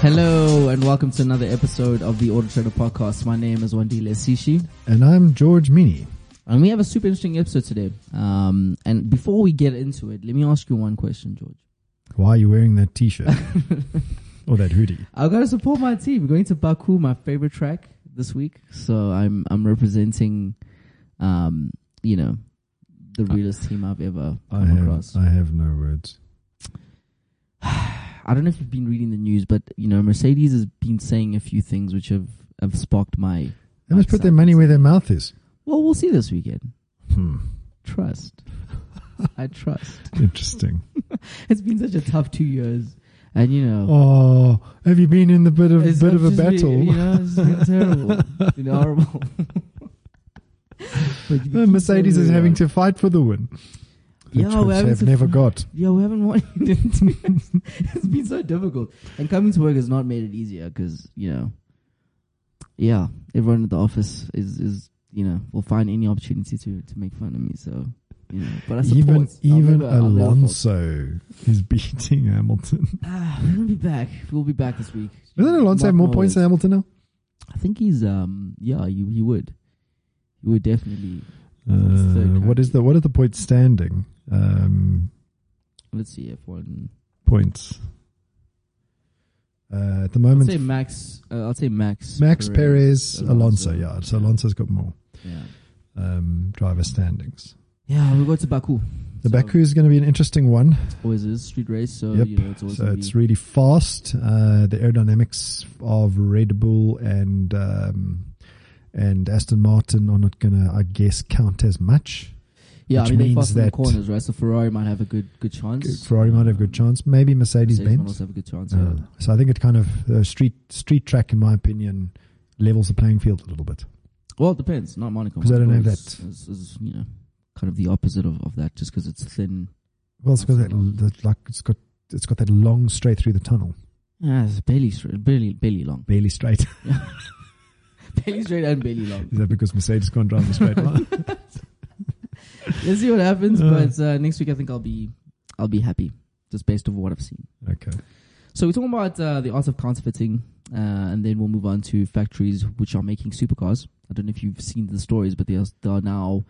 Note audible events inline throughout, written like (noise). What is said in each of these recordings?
Hello and welcome to another episode of the Auto Trader Podcast. My name is Wandile Sishi, And I'm George Meany. and we have a super interesting episode today. Um, and before we get into it, let me ask you one question, George. (laughs) Why are you wearing that t-shirt? or that hoodie? I've got to support my team. We're going to Baku, my favorite track this week, so I'm I'm representing, um, you know, the realest team I've ever I come have, across. I have no words. I don't know if you've been reading the news, but you know, Mercedes has been saying a few things which have have sparked my. They must put their money where their mouth is. Well, we'll see this weekend. Hmm. Trust. I trust. Interesting. It's been such a tough two years, and you know, Oh, have you been in the bit of it's- bit of a it's just battle? Been, (laughs) you know, it's been terrible, It's been (laughs) horrible. But we No, keep Mercedes is going having on. to fight for the win, which Yeah, we're having they've to never fight. got. Yeah, we haven't won. it's been so difficult, and coming to work has not made it easier because you know, yeah, everyone at the office is is you know will find any opportunity to to make fun of me. So you know, but I support Even I'll even never- I'll never fault. Alonso is (laughs) (laughs) beating Hamilton. Ah, we'll be back. We'll be back this week. Doesn't Alonso have Mark more my points than words. Hamilton now? I think he's um yeah he he would he would definitely It's the Uh, third what is currently. the what are the points standing? Um, let's see if one points. Uh, at the I'll moment, say Max uh, I'll say Max Max Perez, Alonso. Alonso. Yeah, so Alonso's got more yeah um, driver standings. yeah we go to Baku The So- Baku is going to be an interesting one. always a street race, so Yep. you know it's always So gonna it's be, really fast. Uh, the aerodynamics of Red Bull and um, and Aston Martin are not going to, I guess, count as much. yeah. I which mean, they're means fast in the that- corners, right? So Ferrari might have a good good chance. Ferrari might have a good chance. Maybe Mercedes Mercedes might Benz. also have a good chance. Uh, so I think it kind of uh, street street track, in my opinion, levels the playing field a little bit. Well, it depends. Not Monaco 'Cause I don't Monaco have is- Is, is, you know, kind of the opposite of, of that, just because it's thin. Well, it's got that, Absolutely. that like it's got it's got that long straight through the tunnel, Yeah, it's barely straight, barely barely long, barely straight. (laughs) barely straight and barely long. Is that because Mercedes can't drive the straight (laughs) line? Let's see what happens. Uh. but uh, next week, I think I'll be I'll be happy, just based on what I've seen. okay. So we're talking about uh, the art of counterfeiting, uh, and then we'll move on to factories which are making supercars. I don't know if you've seen the stories, but there are, there are now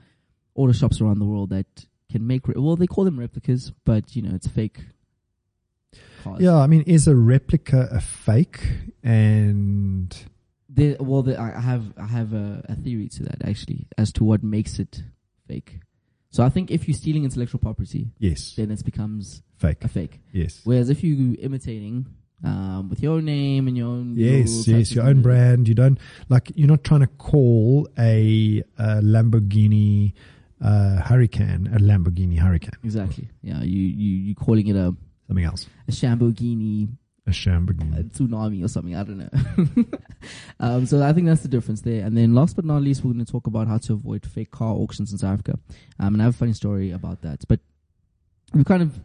auto shops around the world that can make re- well, they call them replicas, but you know it's fake cars. Yeah, I mean, is a replica a fake? And They, well, they, I I have I have a, a theory to that actually as to what makes it fake. So I think if you're stealing intellectual property, yes, then it becomes fake. a fake. Yes, Whereas if you imitating um, with your own name and your own yes, rules, yes. Your own and- brand. You don't like. You're not trying to call a, uh Lamborghini uh, Hurricane a Lamborghini Hurricane. Exactly. Yeah, you you you calling it a Something else. a Lamborghini A a Lamborghini. tsunami or something. I don't know. (laughs) um, so I think that's the difference there. And then last but not least, we're going to talk about how to avoid fake car auctions in South Africa. Um, and I have a funny story about that. But we kind of,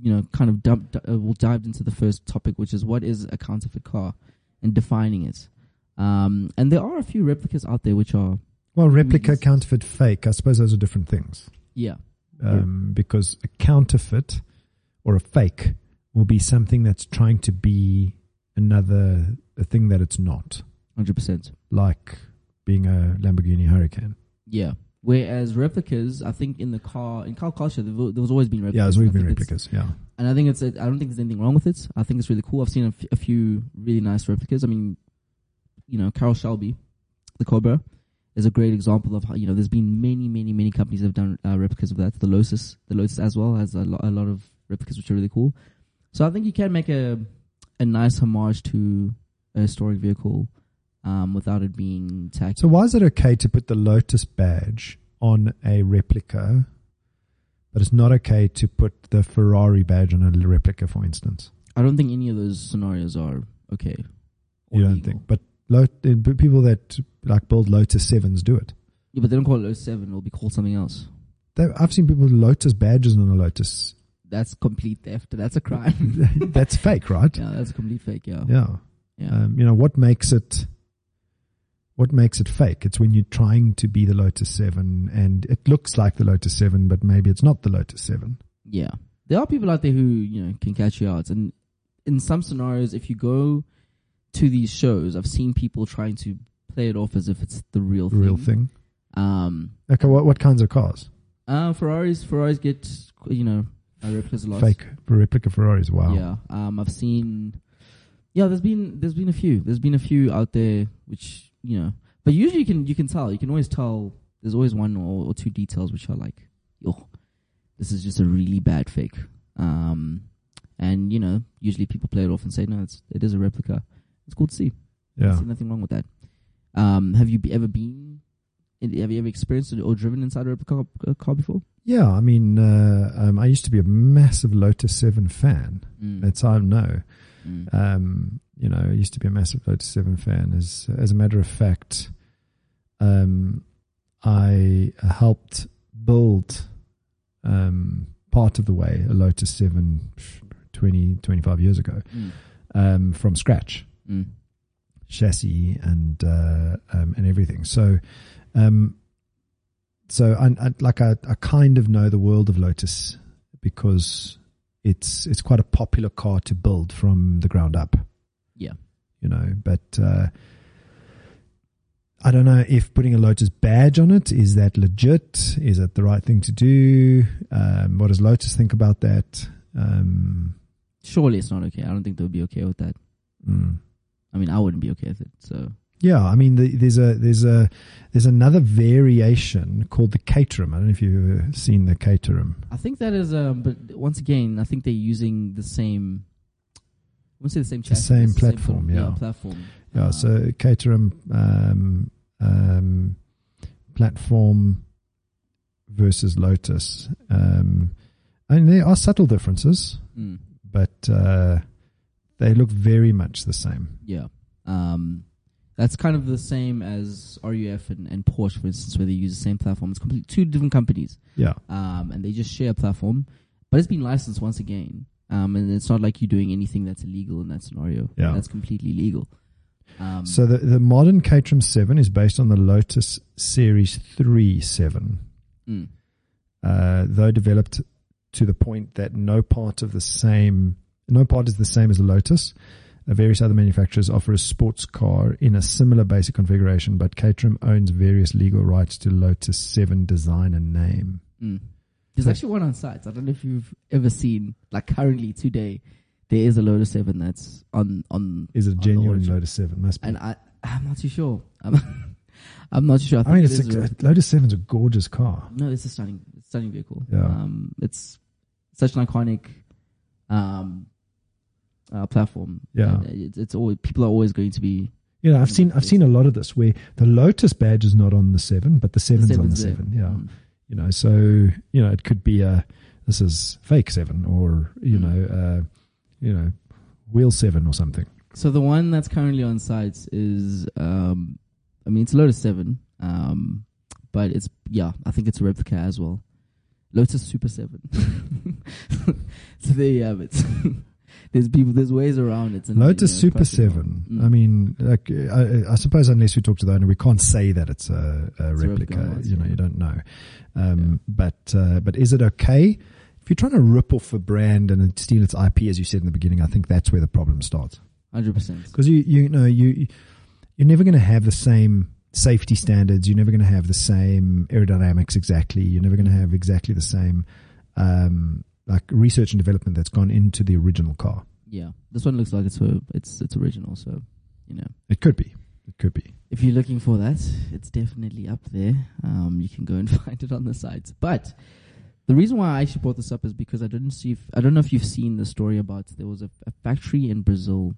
you know, kind of dumped, uh, we'll dived into the first topic, which is what is a counterfeit car and defining it. Um, and there are a few replicas out there which are, Well, replica, Yes. counterfeit, fake. I suppose those are different things. yeah, um, because a counterfeit or a fake will be something that's trying to be another a thing that it's not, 100%. like being a Lamborghini Hurricane. Yeah. Whereas replicas, I think in the car, in car culture, there've al- there's always been replicas. Yeah, there's and always I been think it's- replicas. Yeah, and I think it's. I I don't think there's anything wrong with it. I think it's really cool. I've seen a, f- a few really nice replicas. I mean, you know, Carol Shelby, the Cobra, is a great example of how you know. There's been many, many, many companies that have done uh, replicas of that. The Lotus, the Lotus as well has a, lo- a lot of replicas which are really cool. So I think you can make a a nice homage to a historic vehicle um, without it being tacky. So why is it okay to put the Lotus badge on a replica, but it's not okay to put the Ferrari badge on a replica, for instance? I don't think any of those scenarios are okay. or You don't legal. think, but lo- eh, but people that like build Lotus sevens do it. Yeah, but they don't call it 07. It'll be called something else. They, I've seen people with Lotus badges on a Lotus. That's complete theft. That's a crime. (laughs) that's fake, right? yeah, that's a complete fake. Yeah. Yeah. Yeah. Um, you know, what makes it what makes it fake? It's when you're trying to be the Lotus 7 and it looks like the Lotus 7 but maybe it's not the Lotus 7. Yeah. There are people out there who, you know, can catch you out and in some scenarios, if you go to these shows, I've seen people trying to play it off as if it's the real the thing. real thing. Um, Okay, what what kinds of cars? uh, Ferraris, Ferraris get you know uh, replicas a lot. Fake replica Ferraris. Wow. Yeah. Um, I've seen. Yeah, there's been there's been a few. There's been a few out there which you know, but usually you can you can tell. You can always tell. There's always one or, or two details which are like, oh, this is just a really bad fake. Um, and you know, usually people play it off and say, no, it's it is a replica. It's cool to see. I Yeah. see nothing wrong with that. Um, have you be, ever been? Have you ever experienced or driven inside a replica car, car before? Yeah, I mean, uh, um, I used to be a massive Lotus 7 fan. Mm. That's how I know. Mm. Um, you know, I used to be a massive Lotus 7 fan. As, as a matter of fact, um, I helped build um, part of the way a Lotus 7 20, 25 years ago Mm. um, from scratch. Mm. chassis and uh, um, and everything. So, um, so I, I like I, I kind of know the world of Lotus because it's it's quite a popular car to build from the ground up. Yeah. you know, but. Uh, I don't know if putting a Lotus badge on it is that legit. Is it the right thing to do? Um, what does Lotus think about that? Um, Surely it's not okay. I don't think they'll be okay with that. mm. I mean, I wouldn't be okay with it. So Yeah, I mean, the, there's a there's a there's another variation called the Caterham. I don't know if you've uh, seen the Caterham. I think that is. Um, but once again, I think they're using the same. I wouldn't say the same. chassis, same it's sort of- platform, yeah. platform. Yeah, Uh, so Caterham um, um, platform versus Lotus, um, and there are subtle differences, mm, but uh, they look very much the same. yeah. Um, that's kind of the same as RUF and, and Porsche, for instance, where they use the same platform. It's completely two different companies. Yeah, um, and they just share a platform. But it's been licensed once again, um, and it's not like you're doing anything that's illegal in that scenario. Yeah. that's completely legal. Um, so the the modern Caterham Seven is based on the Lotus Series Three Seven. mm, uh, though developed to the point that no part of the same no part is the same as the Lotus. Uh, various other manufacturers offer a sports car in a similar basic configuration, but Caterham owns various legal rights to Lotus Seven design and name. mm. there's actually one on sites. I don't know if you've ever seen, like currently today, there is a Lotus Seven that's on on, Is it a On the genuine origin. Lotus Seven? Must be. and I I'm not too sure. I'm, (laughs) I'm not too sure. I, I think mean, it it's is a, a- Lotus Seven's a gorgeous car. No, it's a stunning, it's a stunning vehicle. Yeah. Um, it's such an iconic um, uh, platform. Yeah. And it's, it's always people are always going to be You Mm, know, I've seen I've seen a lot of this where the Lotus badge is not on the Seven, but the Seven's, on the there. Seven. Yeah. Mm. you know so you know it could be a this is fake seven or you Mm. know uh you know wheel seven or something So the one that's currently on sites is, um, I mean, it's Lotus Seven, um, but it's yeah, I think it's a replica as well. Lotus Super Seven. (laughs) so there you have it. (laughs) there's people, there's ways around it. and, lotus you know, super quite a lot. seven Mm. i mean like I, I suppose unless we talk to the owner we can't say that it's a, a It's a replica, replica yes, you know yeah. you don't know um but uh, but is it okay if you're trying to rip off a brand and steal its ip as you said in the beginning i think that's where the problem starts Hundred percent. because you you know you you're never going to have the same safety standards. You're never going to have the same aerodynamics exactly. You're never going to have exactly the same um, like research and development that's gone into the original car. Yeah, this one looks like it's a, it's it's original. So, you know, It could be. It could be. if you're looking for that, it's definitely up there. Um, you can go and (laughs) find it on the sites. But the reason why I actually brought this up is because I didn't see. If, I don't know if you've seen the story about there was a, a factory in Brazil,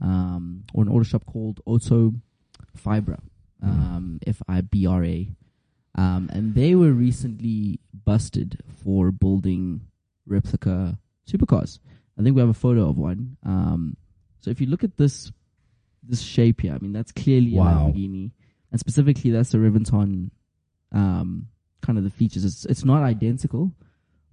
um, or an auto shop called Auto Fibra, um, F I B R A, um, and they were recently busted for building replica supercars. I think we have a photo of one. Um, so if you look at this this shape here, I mean that's clearly Wow. a Lamborghini, and specifically that's the Riventon um, kind of the features. It's it's not identical,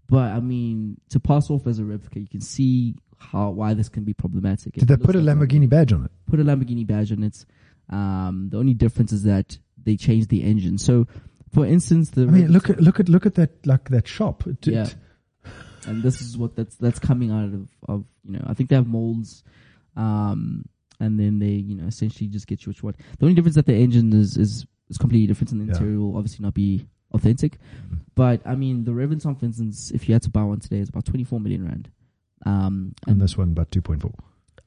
but I mean to pass off as a replica, you can see how why this can be problematic. It Did they looks put a like Lamborghini badge on it? put a Lamborghini badge on it. Um, the only difference is that they changed the engine. So, for instance, the I mean, look at look at look at that like that shop. It- it- yeah, and this is what that's that's coming out of, of you know I think they have molds, um, and then they you know essentially just get you what you want. The only difference that the engine is is, is completely different, and the Yeah. interior will obviously not be authentic. But I mean, the Reventon, for instance, if you had to buy one today, it's about twenty four million rand. Um, and this one about 2.4.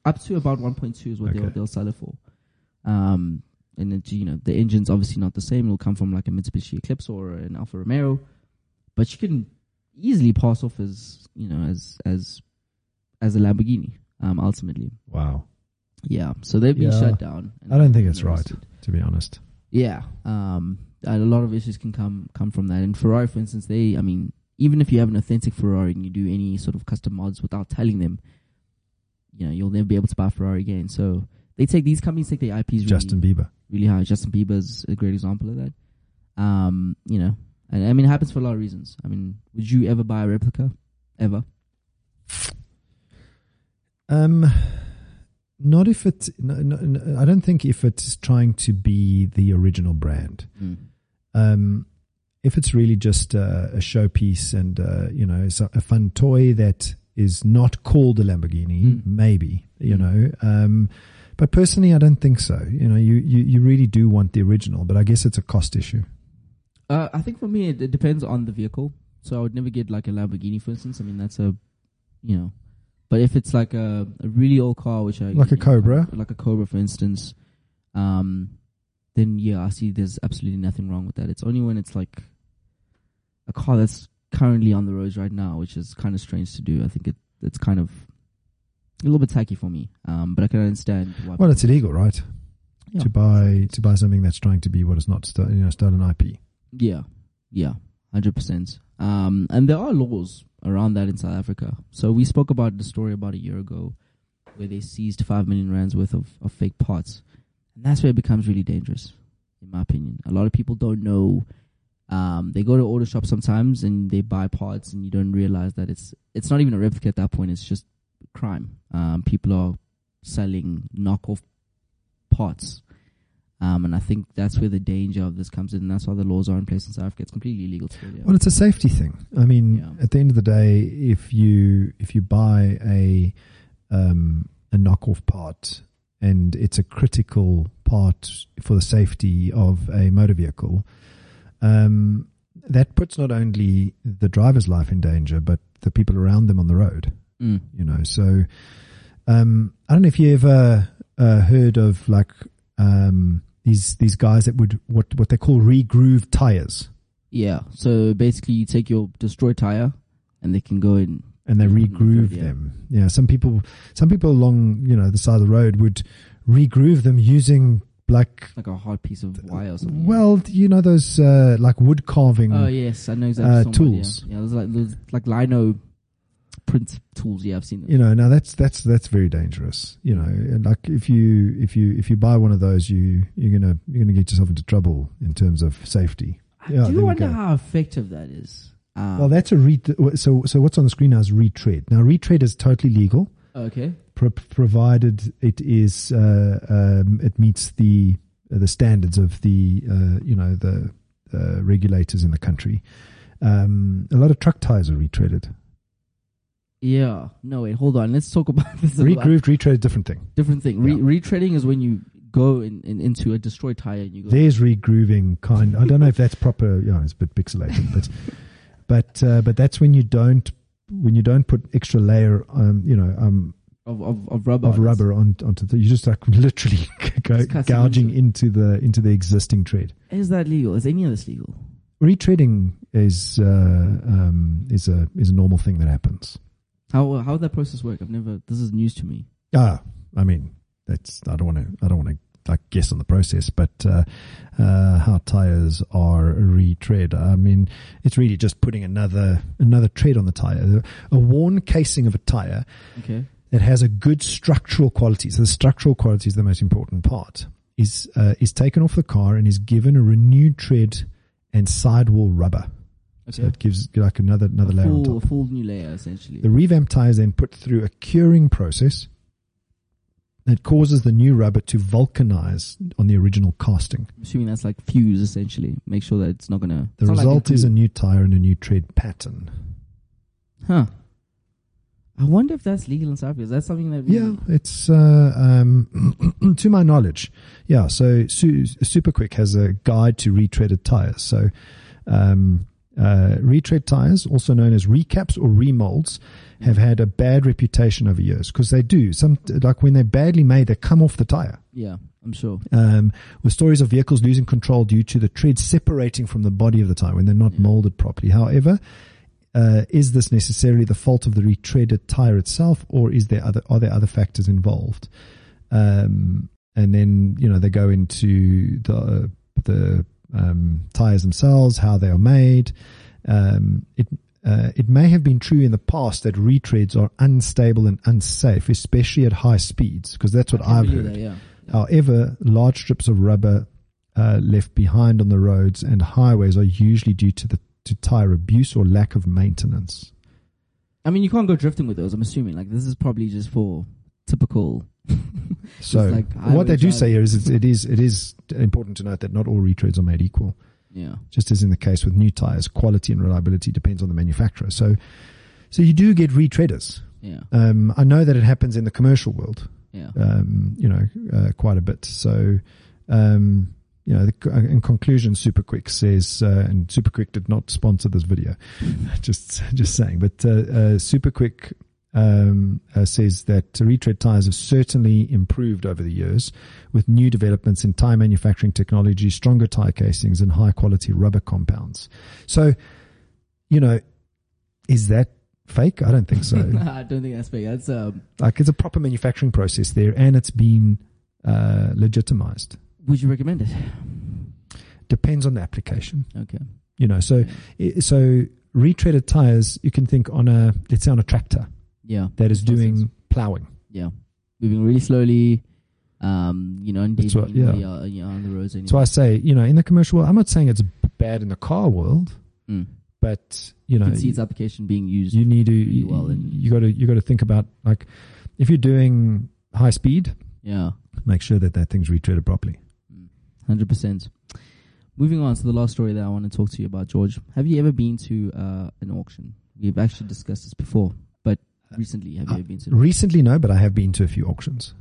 up to about 1.2 is what they'll, Okay. they'll sell it for. Um, and it, you know the engine's obviously not the same. It'll come from like a Mitsubishi Eclipse or an Alfa Romeo, but you can easily pass off as you know as as as a Lamborghini. Um, ultimately, Wow. yeah. So they've been Yeah. shut down. and I don't think they've it's been right, arrested. to be honest. Yeah. Um, and a lot of issues can come come from that. And Ferrari, for instance, they, I mean, even if you have an authentic Ferrari and you do any sort of custom mods without telling them, you know, you'll never be able to buy a Ferrari again. So they take these companies take their IPs really, Justin Bieber. really high. Justin Bieber is a great example of that. Um, you know, and I mean, it happens for a lot of reasons. I mean, would you ever buy a replica? Ever? Um, not if it. No, no, no, I don't think if it's trying to be the original brand. Um, if it's really just a, a showpiece and uh, you know it's a, a fun toy that is not called a Lamborghini, Mm. maybe you Mm. know. Um, but personally, I don't think so. You know, you, you you really do want the original, but I guess it's a cost issue. Uh, I think for me, it, it depends on the vehicle. So I would never get like a Lamborghini, for instance. I mean, that's a, you know, but if it's like a, a really old car, which I Like a Cobra? like a Cobra, for instance, um, then yeah, I see there's absolutely nothing wrong with that. It's only when it's like a car that's currently on the roads right now, which is kind of strange to do. I think it it's kind of a little bit tacky for me, um, but I can understand why. Well, it's illegal, right? Yeah. To buy to buy something that's trying to be what it's not, sto- you know, stolen IP. Yeah, yeah, hundred percent. Um, and there are laws around that in South Africa. So we spoke about the story about a year ago, where they seized five million rands worth of, of fake parts, and that's where it becomes really dangerous, in my opinion. A lot of people don't know. Um, they go to auto shops sometimes and they buy parts, and you don't realize that it's it's not even a replica at that point. It's just crime. Um, people are selling knockoff parts um, and I think that's where the danger of this comes in. And that's why the laws are in place in South Africa. It's completely illegal to do. Yeah. Well, it's a safety thing. I mean, Yeah. at the end of the day, if you if you buy a um, a knockoff part and it's a critical part for the safety of a motor vehicle, um, that puts not only the driver's life in danger but the people around them on the road. Mm. You know, so um, I don't know if you ever uh, heard of like um, these these guys that would what what they call regroove tires. yeah. So basically, you take your destroyed tire, and they can go in. and they Yeah, on the regroove third, yeah. them. Yeah, some people, some people along you know the side of the road would regroove them using like like a hard piece of wire or something. well, you know those uh, like wood carving. oh yes, I know exactly. uh, what you're talking about, tools. Yeah, yeah there's like there's like lino print tools. Yeah, I've seen them. You know, now that's that's that's very dangerous. You know, and like if you if you if you buy one of those, you you're gonna you're gonna get yourself into trouble in terms of safety. I yeah, there do we wonder go. how effective that is. Um, Well, that's a re- so so what's on the screen now is retread. Now retread is totally legal. okay. pro- provided it is uh, um, it meets the uh, the standards of the uh, you know the uh, regulators in the country. Um, a lot of truck tires are retreaded, Yeah. No wait. Hold on. Let's talk (laughs) about this. a lot. regrooved, retreaded, different thing. Different thing. Re- Yeah. Retreading is when you go in, in, into a destroyed tire and you go. There's regrooving kind. I don't know if that's proper. You know, it's a bit pixelated, but (laughs) but uh, but that's when you don't when you don't put extra layer um, you know um, of, of, of rubber. of on it. rubber on onto the, you just like (laughs) literally go, Just cuts it gouging into the into the existing tread. Is that legal? Is any of this legal? retreading is uh, um, is a is a normal thing that happens. How how would that process work? I've never. This is news to me. Ah, I mean, that's I don't want to I don't want to like guess on the process, but uh, uh, how tires are retread. I mean, it's really just putting another another tread on the tire. A worn casing of a tire Okay. that has a good structural quality. So the structural quality is the most important part. Is uh, is taken off the car and is given a renewed tread and sidewall rubber. So Okay. it gives like another another a layer on top. full, a full new layer essentially. The revamped tire is then put through a curing process that causes the new rubber to vulcanize on the original casting. I'm assuming that's like fuse essentially. Make sure that it's not gonna. The it's not like result a is a glue. new tire and a new tread pattern. Huh. I wonder if that's legal in South Africa. Is that something that we Yeah, it's uh, um, (clears throat) to my knowledge. Yeah, so Su- Superquick has a guide to retreaded tires. So um, uh, retread tires, also known as recaps or remolds, have had a bad reputation over years because they do some like when they're badly made, they come off the tire. Yeah, I'm sure. Um, with stories of vehicles losing control due to the tread separating from the body of the tire when they're not Yeah. molded properly. However, uh, is this necessarily the fault of the retreaded tire itself, or is there other are there other factors involved? Um, and then you know they go into the the um, tires themselves, how they are made. Um, it uh, it may have been true in the past that retreads are unstable and unsafe, especially at high speeds, because that's what I can I've believe heard. that, yeah. However, large strips of rubber uh, left behind on the roads and highways are usually due to the to tire abuse or lack of maintenance. I mean, you can't go drifting with those. I'm assuming like this is probably just for typical. So, It's like highway what they do say driving. here is it's- it is it is important to note that not all retreads are made equal. Yeah, Just as in the case with new tires, quality and reliability depends on the manufacturer. So, so you do get retreaders. yeah, Um, I know that it happens in the commercial world. yeah. um, you know, uh, quite a bit. So, um, you know, the, in conclusion, Superquick says, uh, and Superquick did not sponsor this video, (laughs) just just saying. But uh, uh, Superquick um, uh, says that retread tires have certainly improved over the years with new developments in tire manufacturing technology, stronger tire casings, and high quality rubber compounds. So, you know, is that fake? I don't (laughs) think so I don't think that's fair. That's um. like it's a proper manufacturing process there and it's been uh, legitimized Would you recommend it? depends on the application Okay. you know so i- so retreaded tires you can think on a let's say on a tractor Yeah, that is Makes more doing sense. plowing yeah. Moving really slowly. Um, you know, and That's what- yeah. really, uh, you know, on the roads. so i say you know in the commercial world i'm not saying it's bad in the car world mm. but you you know can see its application being used. you need to really well and- you got to you got to think about like if you're doing high speed yeah, make sure that that thing's retreaded properly hundred percent. Moving on to the last story that I want to talk to you about, George. Have you ever been to uh, an auction? We've actually discussed this before, but recently, have you Uh, ever been to? recently no but i have been to a few auctions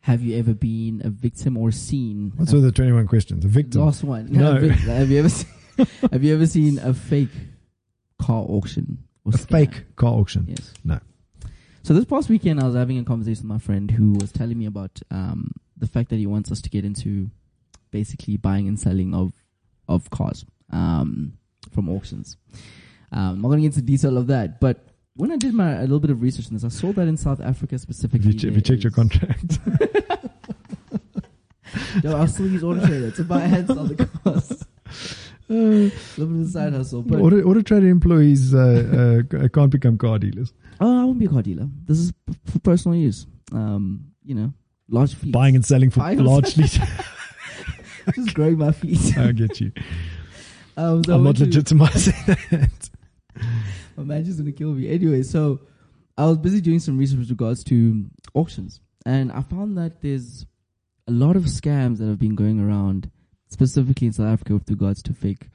Have you ever been a victim or seen? what's a- with the 21 questions a victim Last one. No. Vic- (laughs) have you ever (laughs) seen? have you ever seen a fake car auction? Or a scam? fake car auction Yes. No. So this past weekend, I was having a conversation with my friend who was telling me about um, the fact that he wants us to get into basically buying and selling of of cars um, from auctions. Um, I'm not going to get into detail of that, but when I did my a little bit of research on this, I saw that in South Africa If specifically. you, che- if you there checked your is- (laughs) contract, No, I'll still use Auto Trader to buy ads on the cars. (laughs) a Uh, little bit of a side hustle, but auto, auto trader employees (laughs) uh, uh, c- can't become car dealers. Oh, I won't be a car dealer. This is p- for personal use. Um, you know, large fleets. Buying and selling for Buying and (laughs) largely. (laughs) just growing my fleet. I get you. Um, so I I'm went not to- (laughs) legitimizing that. My manager's gonna kill me. Anyway, so I was busy doing some research with regards to auctions, and I found that there's a lot of scams that have been going around, specifically in South Africa, with regards to fake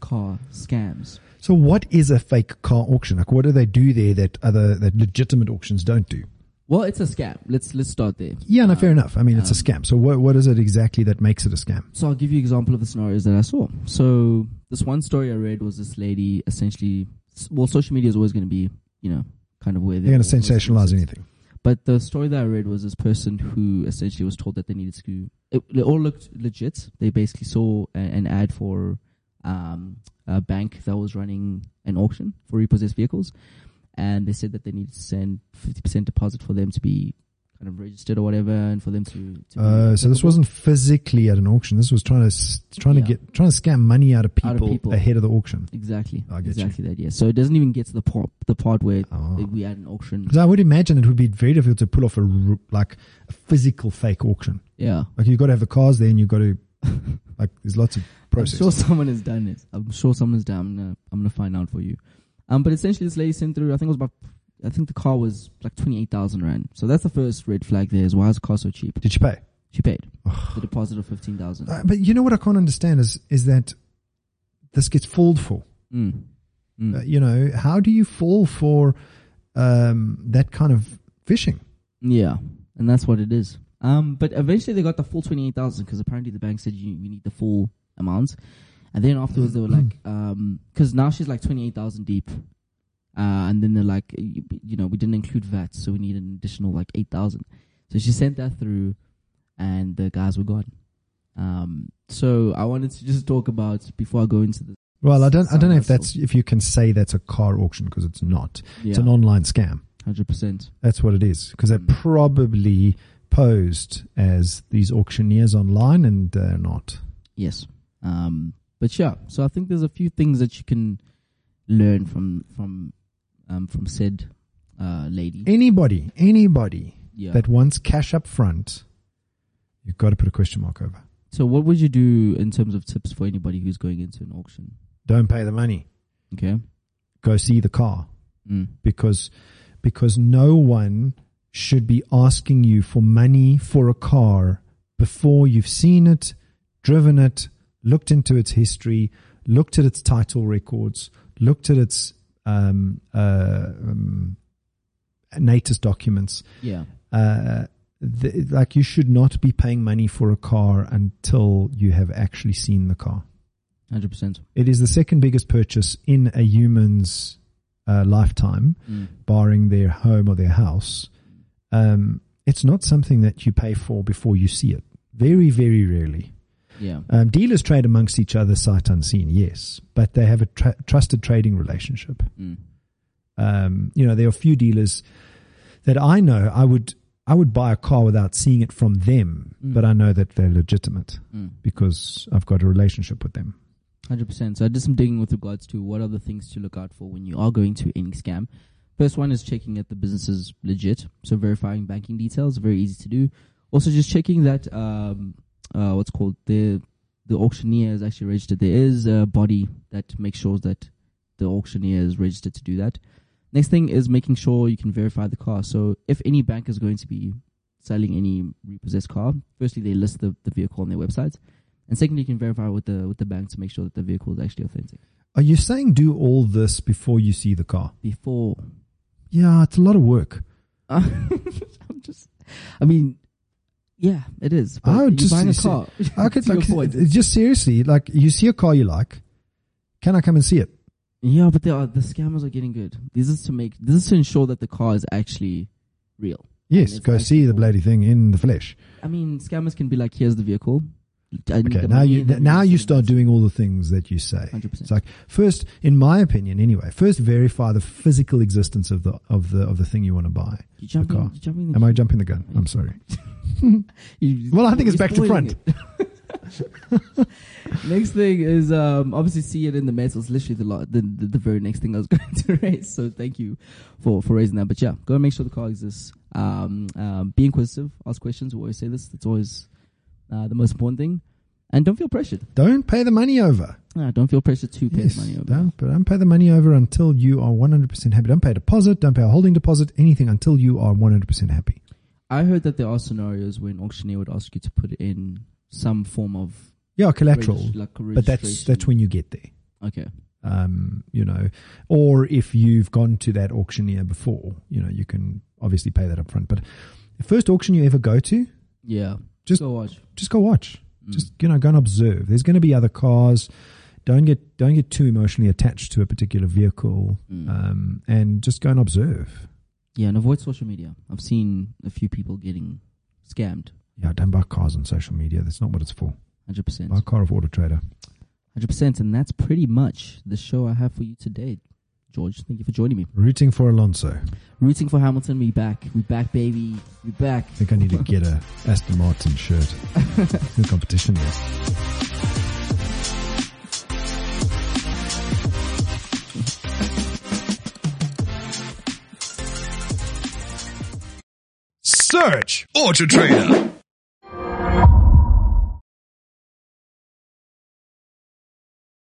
car scams. So, what is a fake car auction? Like, what do they do there that other that legitimate auctions don't do? Well, it's a scam. Let's let's start there. Yeah, no, Um, fair enough. I mean, it's a um, scam. So, what what is it exactly that makes it a scam? So I'll give you an example of the scenarios that I saw. So this one story I read was this lady essentially. Well, social media is always going to be, you know, kind of where They're going to always- always- sensationalize anything. But the story that I read was this person who essentially was told that they needed to. It, it all looked legit. They basically saw a, an ad for um, a bank that was running an auction for repossessed vehicles, and they said that they needed to send fifty percent deposit for them to be kind of registered or whatever, and for them to. to be Uh, so, this applicable. wasn't physically at an auction. This was trying to s- trying Yeah. to get trying to scam money out of people, Out of people. ahead of the auction. Exactly. I get you. exactly that. Yeah. So it doesn't even get to the part the part where Oh. it- we had an auction. Because I would imagine it would be very difficult to pull off a r- like a physical fake auction. Yeah. Like you've got to have the cars there, and you've got to like there's lots of process. I'm sure someone has done it. I'm sure someone's done. I'm gonna, I'm gonna find out for you. Um, but essentially, this lady sent through. I think it was about. I think the car was like twenty eight thousand rand. So that's the first red flag. There is why is the car so cheap? Did you pay? She paid the deposit of fifteen thousand. Uh, but you know what I can't understand is is that this gets fooled for. Mm. Mm. Uh, you know, how do you fall for um, that kind of fishing. Yeah, and that's what it is. Um, but eventually they got the full twenty eight thousand because apparently the bank said you we need the full amount, and then afterwards they were like, um, because now she's like twenty eight thousand deep, uh, and then they're like, you, you know, we didn't include VAT, so we need an additional like eight thousand. So she sent that through, and the guys were gone. Um, so I wanted to just talk about before I go into the Well, I don't, I don't know if Sounds that's if you can say that's a car auction because it's not. It's an yeah online scam. hundred percent That's what it is because they're Mm. probably posed as these auctioneers online and they're not. yes. Um, but yeah, so I think there's a few things that you can learn from from um, from said uh, lady. Eh, Anybody, anybody Yeah. that wants cash up front, you've got to put a question mark over. so what would you do in terms of tips for anybody who's going into an auction? Don't pay the money. Okay. Go see the car. Mm. because because no one should be asking you for money for a car before you've seen it, driven it, looked into its history, looked at its title records, looked at its um, uh, um, NATIS documents. Yeah. Uh, th- like you should not be paying money for a car until you have actually seen the car. Hundred percent. It is the second biggest purchase in a human's uh, lifetime Mm. barring their home or their house, um, it's not something that you pay for before you see it. Very, very rarely. Yeah. Um, dealers trade amongst each other sight unseen, yes, but they have a tra- trusted trading relationship. Mm. Um, you know, there are few dealers that I know. I would I would buy a car without seeing it from them, Mm. but I know that they're legitimate Mm. because I've got a relationship with them. Hundred percent. So I did some digging with regards to what are the things to look out for when you are going to any scam. First one is checking that the business is legit. So verifying banking details, very easy to do. Also, just checking that um, uh, what's called the the auctioneer is actually registered. There is a body that makes sure that the auctioneer is registered to do that. Next thing is making sure you can verify the car. So if any bank is going to be selling any repossessed car, firstly they list the, the vehicle on their website. And secondly, you can verify with the with the bank to make sure that the vehicle is actually authentic Are you saying do all this before you see the car? before. Yeah, it's a lot of work. (laughs) I'm just, I mean, yeah, it is. But I would you're Oh, just- buying a you see- car. I could (laughs) (laughs) To your like point. it's just seriously like you see a car you like, can I come and see it? Yeah, but they are, the scammers are getting good. This is to make this is to ensure that the car is actually real. Yes, it's go like- see the bloody thing in the flesh. I mean, scammers can be like, "Here's the vehicle." I need Okay, the now money, you then now we you send start it. doing all the things that you say. 100%. It's like first, in my opinion, anyway, first verify the physical existence of the of the of the thing you want to buy. You jumping, car. you jumping. Am I jumping the gun? I'm sorry. You- Well, I think it's you're back to spoiling (laughs) it. next thing is um, obviously see it in the metals. Literally the, lot, the, the the very next thing I was (laughs) going to raise. So thank you for for raising that. But yeah, go and make sure the car exists. Um, um, be inquisitive, ask questions. We always say this. That's always uh, the most important thing. And don't feel pressured. Don't pay the money over. Uh, don't feel pressured to pay yes, the money over. Don't, but don't pay the money over until you are 100% happy. Don't pay a deposit. Don't pay a holding deposit. Anything until you are 100% happy. I heard that there are scenarios where an auctioneer would ask you to put in some form of Yeah, collateral. regist- like a but that's that's registration. when you get there. okay. um, you know, or if you've gone to that auctioneer before, you know, you can obviously pay that up front. But the first auction you ever go to, Yeah, Just- go watch. just go watch. Mm. Just you know, go and observe. There's going to be other cars. Don't get don't get too emotionally attached to a particular vehicle, Mm. um, and just go and observe. Yeah, and avoid social media. I've seen a few people getting scammed. Yeah, don't buy cars on social media. That's not what it's for. Hundred percent, Buy a car of Auto Trader. hundred percent, and that's pretty much the show I have for you today, George. Thank you for joining me. Rooting for Alonso. Rooting for Hamilton. We back. We back, baby. We back. I think I need to get a Aston Martin shirt. (laughs) No competition there. Search Auto Trader.